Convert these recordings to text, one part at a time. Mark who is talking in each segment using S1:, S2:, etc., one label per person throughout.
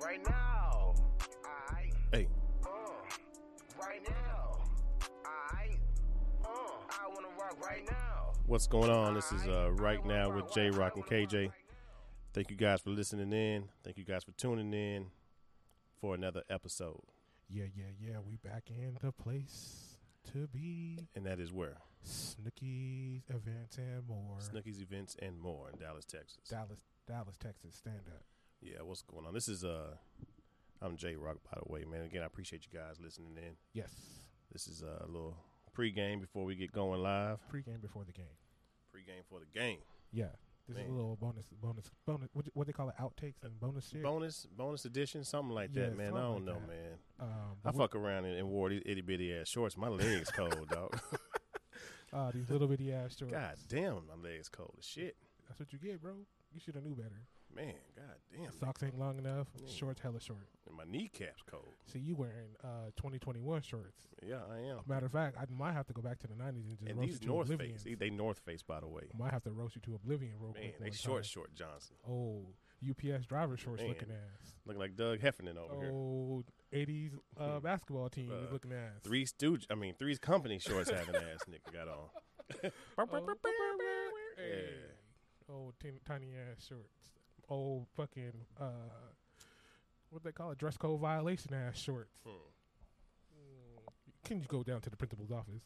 S1: Right now. Alright.
S2: Hey,
S1: Uh. Right now. Alright. Uh. I wanna rock right now.
S2: what's going on? This is uh, Right Now with J Rock and KJ. Thank you guys for listening in. Thank you guys for tuning in for another episode.
S3: Yeah, yeah, yeah. We back in the place to be.
S2: And that is where?
S3: Snookies, events, and more.
S2: Snookies Events and More in Dallas, Texas.
S3: Dallas, Dallas, Texas. Stand up.
S2: Yeah, what's going on? This is, uh, I'm J Rock, by the way, man. Again, I appreciate you guys listening in.
S3: Yes.
S2: This is uh, a little pregame before we get going live.
S3: Pre-game before the game.
S2: Pregame for the game.
S3: Yeah. This is
S2: Man.
S3: a little bonus, bonus, bonus. What, what they call it? Outtakes and bonus shit.
S2: Bonus, bonus edition, something like
S3: Yeah,
S2: that, man. I
S3: something
S2: don't
S3: like
S2: know,
S3: that.
S2: man.
S3: um,
S2: I
S3: but what-
S2: fuck around and, and wore these itty bitty ass shorts. My legs cold, dog.
S3: uh, these little bitty ass shorts.
S2: God damn, my legs cold as shit,
S3: That's what you get, bro. You should have knew better.
S2: man. God damn,
S3: Socks ain't long enough.
S2: Yeah.
S3: Shorts hella short.
S2: and my kneecaps cold.
S3: See, you wearing uh 2021 shorts.
S2: Yeah, I am.
S3: Matter of fact, I might have to go back to the 90s and just
S2: And
S3: roast
S2: these
S3: you to
S2: North
S3: oblivion.
S2: Face, they- they North Face, by the way.
S3: I might have to roast you to oblivion real
S2: Man,
S3: quick.
S2: they
S3: one
S2: short,
S3: time.
S2: short Johnson,
S3: Oh, UPS driver shorts
S2: Man.
S3: looking ass.
S2: looking like Doug Heffernan over here.
S3: Oh, 80s uh,
S2: Hmm.
S3: basketball team
S2: Uh,
S3: looking ass.
S2: Three Stooge, I mean, Three's Company shorts having ass nigga got on.
S3: Oh, hey.
S2: Yeah.
S3: oh tin- tiny ass shorts. Oh, fucking uh, what they call it? Dress code violation ass shorts. Hmm.
S2: Hmm.
S3: Can you go down to the principal's office?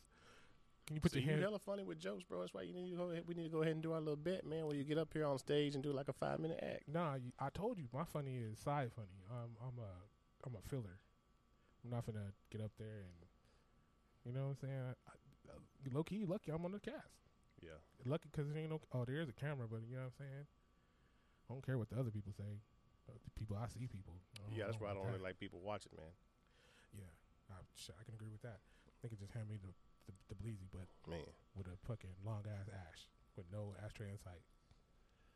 S3: Can you put
S2: so
S3: your
S2: you
S3: hand?
S2: hella funny with jokes, bro. That's why you need to go ahead, we need to go ahead and do our little bet, man. Where you get up here on stage and do like a five minute act.
S3: Nah, you, I told you my funny is side funny. I'm I'm a I'm a filler. I'm not gonna get up there and you know what I'm saying. I, I, low key, lucky I'm on the cast.
S2: Yeah,
S3: Lucky because it ain't no. Oh, there is a camera, but you know what I'm saying. I don't care what the other people say. Uh, the people I see, people. I
S2: yeah. That's why I don't
S3: okay.
S2: really like people watching, man.
S3: Yeah, I, shit, I can agree with that. They can just hand me the the, the bleezy, but
S2: Man,
S3: with a fucking long ass ash with no ashtray in sight.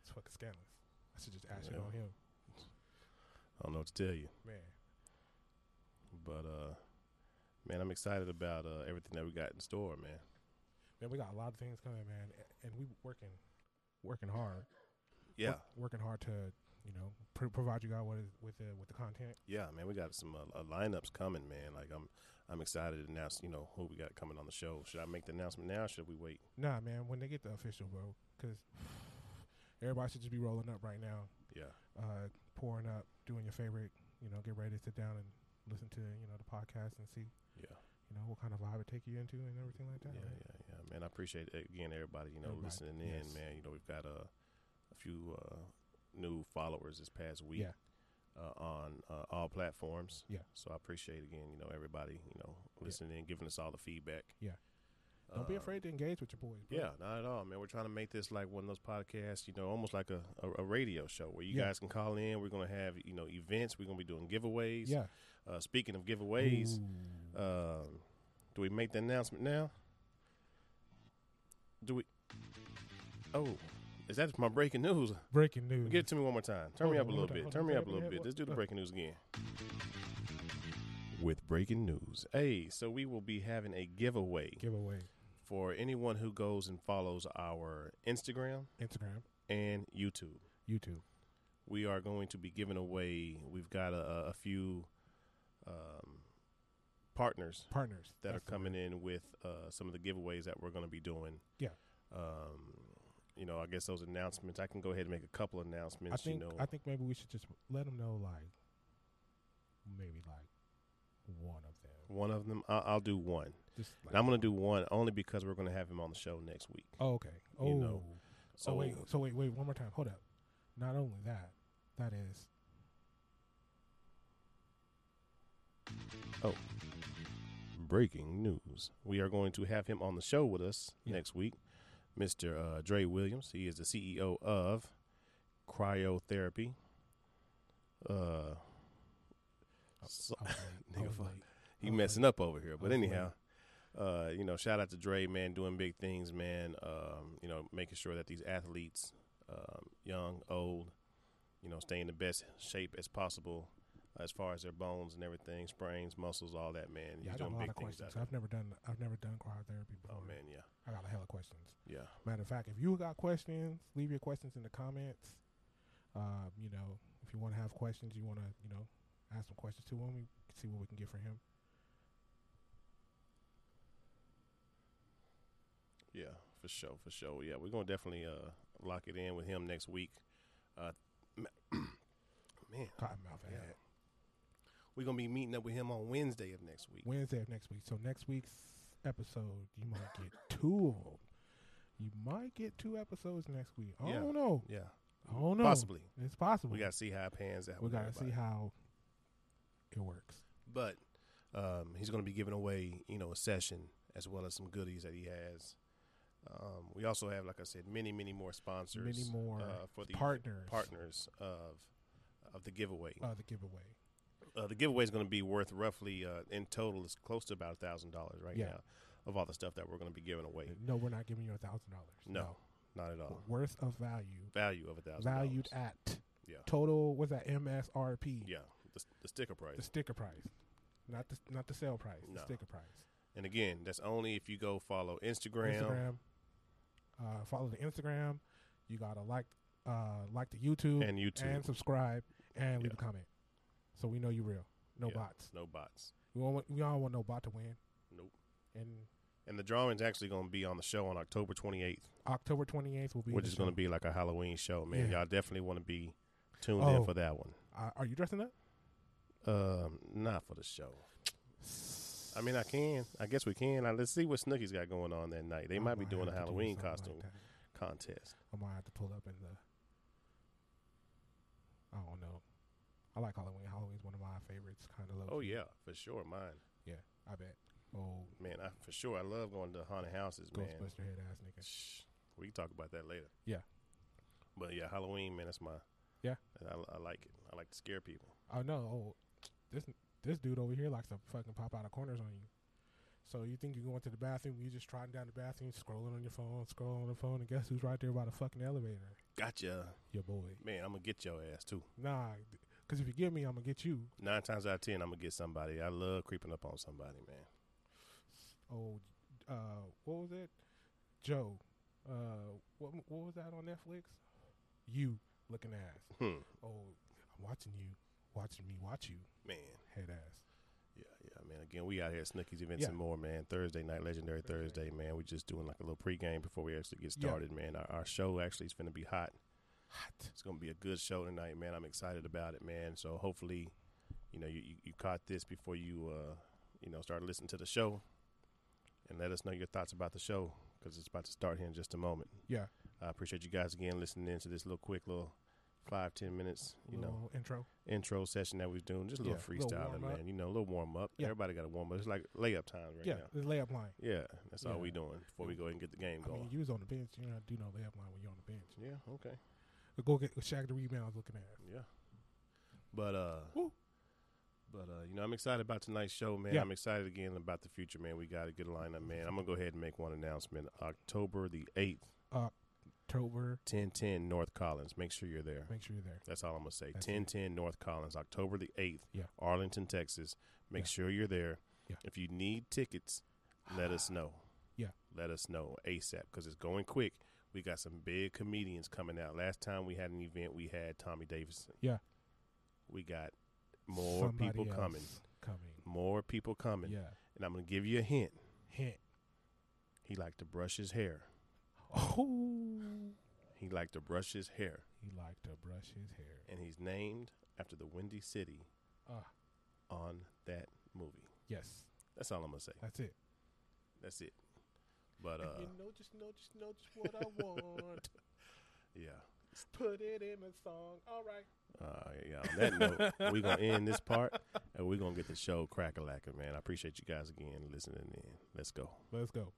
S3: It's fucking scandalous. I should just ash it
S2: Yeah.
S3: on him,
S2: I don't know what to tell you.
S3: man.
S2: But uh man, I'm excited about uh everything that we got in store, man.
S3: Man, we got a lot of things coming, man, a- and we working working hard.
S2: Yeah.
S3: Work- working hard to you know pr- provide you guys with with the, with the content.
S2: Yeah, man, we got some uh, uh, lineups coming, man. Like I'm I'm excited to announce, you know, who we got coming on the show. Should I make the announcement now or should we wait?
S3: Nah, man, when they get the official, bro, because everybody should just be rolling up right now,
S2: Yeah.
S3: uh, pouring up, doing your favorite. You know, get ready to sit down and listen to you know the podcast and see
S2: Yeah.
S3: you know what kind of vibe it take you into and everything like
S2: Yeah,
S3: that. man.
S2: yeah, yeah. Man, I appreciate uh, again everybody, you know,
S3: Everybody,
S2: listening in,
S3: yes.
S2: man. You know, we've got uh, a few uh new followers this past week.
S3: Yeah.
S2: Uh, on uh, all platforms,
S3: Yeah.
S2: So I appreciate again, you know, everybody, you know,
S3: Yeah.
S2: listening in, giving us all the feedback.
S3: Yeah. Don't be
S2: Um,
S3: afraid to engage with your boys. Bro.
S2: Yeah, not at all, man. We're trying to make this like one of those podcasts, you know, almost like a, a, a radio show where you
S3: Yeah.
S2: guys can call in. We're going to have, you know, events. We're going to be doing giveaways.
S3: yeah.
S2: Uh, speaking of giveaways,
S3: Ooh.
S2: um, do we make the announcement now? Do we? Oh, is that my breaking news?
S3: breaking news.
S2: Give it to me one more time. Turn me up a
S3: Hold on, one
S2: little
S3: more time,
S2: bit.
S3: hold
S2: Turn
S3: on,
S2: me
S3: turn
S2: up a
S3: it
S2: little
S3: up,
S2: bit.
S3: what-
S2: Let's do the
S3: uh.
S2: breaking news again. With breaking news. Hey, so we will be having a giveaway
S3: giveaway
S2: for anyone who goes and follows our Instagram
S3: Instagram,
S2: and YouTube.
S3: YouTube.
S2: We are going to be giving away. We've got a, a- a few um, partners
S3: partners
S2: that
S3: That's
S2: are
S3: the
S2: coming
S3: word.
S2: in with uh, some of the giveaways that we're going to be doing.
S3: Yeah.
S2: Um, you know, I guess those announcements. I can go ahead and make a couple announcements.
S3: I think
S2: you know,
S3: I think maybe we should just let them know like maybe like one of them.
S2: one of them. I'll, I'll do one.
S3: Just like,
S2: And I'm going to do one only because we're going to have him on the show next week.
S3: Oh okay. Oh.
S2: you know, oh. So
S3: so Oh, wait. So wait. Wait. One more time. Hold up. Not only that, that is
S2: breaking news. We are going to have him on the show with us
S3: Yeah.
S2: next week, Mr. Uh, Dre Williams. He is the CEO of Cryotherapy. Uh, so-
S3: I was late, I
S2: Nigga,
S3: was
S2: fuck.
S3: late.
S2: he
S3: I was
S2: messing
S3: late.
S2: up over here, but
S3: was
S2: anyhow, uh, you know, shout out to Dre, man, doing big things, man. Um, you know, making sure that these athletes, um, young, old, you know, stay in the best shape as possible. As far as their bones and everything, sprains, muscles, all that, man. He's
S3: Yeah, I got a
S2: doing
S3: lot
S2: big
S3: of
S2: things. out
S3: questions. I've never done. I've never done cryotherapy
S2: there.
S3: before.
S2: Oh man, yeah,
S3: I got a hell of questions.
S2: yeah.
S3: Matter of fact, if you got questions, leave your questions in the comments. Um, you know, if you want to have questions, you want to, you know, ask some questions to him. We can see what we can get from him.
S2: Yeah, for sure, for sure. Yeah, we're gonna definitely uh, lock it in with him next week. Uh, ma- man,
S3: Cottonmouth
S2: Yeah.
S3: ad.
S2: we're gonna be meeting up with him on Wednesday of next week.
S3: Wednesday of next week. So next week's episode, you might get two of them. You might get two episodes next week. I
S2: Yeah.
S3: don't know.
S2: Yeah,
S3: I don't know.
S2: possibly.
S3: It's possible.
S2: We gotta see how it pans out.
S3: we
S2: with
S3: gotta see
S2: everybody.
S3: how it works.
S2: But um, he's going to be giving away, you know, a session as well as some goodies that he has. Um, we also have, like I said, many, many more sponsors,
S3: Many more
S2: uh, for the
S3: partners,
S2: partners of of the giveaway.
S3: uh, the giveaway.
S2: Uh, the giveaway is going to be worth roughly, uh, in total, it's close to about a thousand dollars right
S3: Yeah.
S2: now of all the stuff that we're going to be giving away.
S3: No, we're not giving you a thousand dollars.
S2: No, not at all.
S3: worth of value,
S2: Value of a thousand.
S3: valued
S2: dollars.
S3: at
S2: Yeah.
S3: total. Was that MSRP?
S2: Yeah, the, the sticker
S3: the
S2: price.
S3: sticker price, not the not the sale price. The
S2: No.
S3: sticker price.
S2: And again, that's only if you go follow Instagram.
S3: Instagram. Uh, follow the Instagram. You gotta like uh, like the YouTube
S2: and YouTube.
S3: and subscribe and leave
S2: Yeah.
S3: a comment, so we know you real. No
S2: Yeah.
S3: bots.
S2: no bots.
S3: We don't want, we all want no bot to win.
S2: Nope.
S3: And
S2: And the drawing's actually going to be on the show on October 28th,
S3: October twenty eighth will be.
S2: which
S3: the
S2: is going
S3: show.
S2: to be like a Halloween show, man.
S3: Yeah.
S2: Y'all definitely want to be tuned
S3: Oh.
S2: in for that one.
S3: Uh, are you dressing up?
S2: Um, not for the show. I mean, I can. I guess we can. Now, let's see what Snooki's got going on that night. They
S3: I
S2: might be
S3: might
S2: doing
S3: have
S2: a
S3: to do
S2: Halloween
S3: something like
S2: costume
S3: that.
S2: contest.
S3: I might have to pull up in the. I don't know. I like Halloween. Halloween's one of my favorites, kind of.
S2: Oh yeah, for sure, mine,
S3: yeah. I bet. Old
S2: man. I for sure. I love going to haunted houses, man.
S3: Ghostbuster head ass nigga.
S2: Shh. We can talk about that later.
S3: Yeah.
S2: But yeah, Halloween, man. That's my.
S3: Yeah.
S2: I, I like it. I like to scare people.
S3: Oh no, oh, this this dude over here likes to fucking pop out of corners on you. So you think you go into the bathroom, you just trotting down the bathroom, scrolling on your phone, scrolling on the phone, and guess who's right there by the fucking elevator?
S2: Gotcha,
S3: Your boy.
S2: man. I'm gonna get your ass too.
S3: Nah, because if you get me, I'm gonna get you.
S2: Nine times out of ten, I'm gonna get somebody. I love creeping up on somebody, man.
S3: old uh what was it joe uh what m- what was that on netflix you looking ass
S2: Hmm.
S3: oh i'm watching you watching me watch you
S2: Man.
S3: head ass
S2: Yeah, yeah, man. Again, we out here at Snooki's Events
S3: Yeah.
S2: and More, man. Thursday night, Legendary
S3: Thursday.
S2: Thursday, man. we just doing like a little pregame before we actually get
S3: Yeah.
S2: started, man. Our, our show actually is going to be hot.
S3: hot
S2: It's going to be a good show tonight, man. I'm excited about it, man. So hopefully, you know, you, you, you caught this before you, uh, you know, started listening to the show. And let us know your thoughts about the show because it's about to start here in just a moment.
S3: yeah
S2: I appreciate you guys again listening in to this little quick little five, ten minutes, you know.
S3: little intro
S2: intro session that we was doing, just a little
S3: Yeah, little
S2: freestyling,
S3: warm-up.
S2: man. You know, a little warm up.
S3: Yeah.
S2: Everybody got a warm up. It's like layup times right
S3: yeah
S2: now.
S3: the layup line
S2: Yeah, that's all we
S3: Yeah.
S2: doing before we go ahead and get the game
S3: I
S2: going.
S3: mean, you was on the bench. You don't do no layup line when you're on the bench.
S2: yeah, okay,
S3: Go get Shaq the rebounds looking ass.
S2: yeah. But uh,
S3: Woo.
S2: but uh, you know, I'm excited about tonight's show, man.
S3: Yeah.
S2: I'm excited again about the future, man. We got a good lineup, man. I'm gonna go ahead and make one announcement. October the eighth,
S3: October,
S2: ten ten North Collins. Make sure you're there.
S3: make sure you're there.
S2: That's all I'm gonna say.
S3: That's it.
S2: Ten ten North Collins, October the eighth,
S3: Yeah.
S2: Arlington, Texas. Make
S3: Yeah.
S2: sure you're there.
S3: Yeah.
S2: If you need tickets, let us know.
S3: Yeah.
S2: let us know ASAP because it's going quick. We got some big comedians coming out. Last time we had an event, we had Tommy Davidson.
S3: Yeah.
S2: we got more
S3: Somebody
S2: people
S3: else
S2: coming.
S3: Coming.
S2: More people coming,
S3: Yeah.
S2: and I'm gonna give you a hint.
S3: Hint.
S2: He liked to brush his hair.
S3: Oh.
S2: He liked to brush his hair,
S3: He liked to brush his hair.
S2: and he's named after the Windy City
S3: Ah,
S2: on that movie.
S3: yes.
S2: That's all I'm gonna say.
S3: That's it.
S2: That's it. But uh,
S3: you know, just know, just know, just what I want.
S2: yeah,
S3: Put it in a song. All right.
S2: uh, yeah. On that note, we're gonna end this part, and we're gonna get the show crack a lacking, man. I appreciate you guys again listening in. Let's go.
S3: Let's go.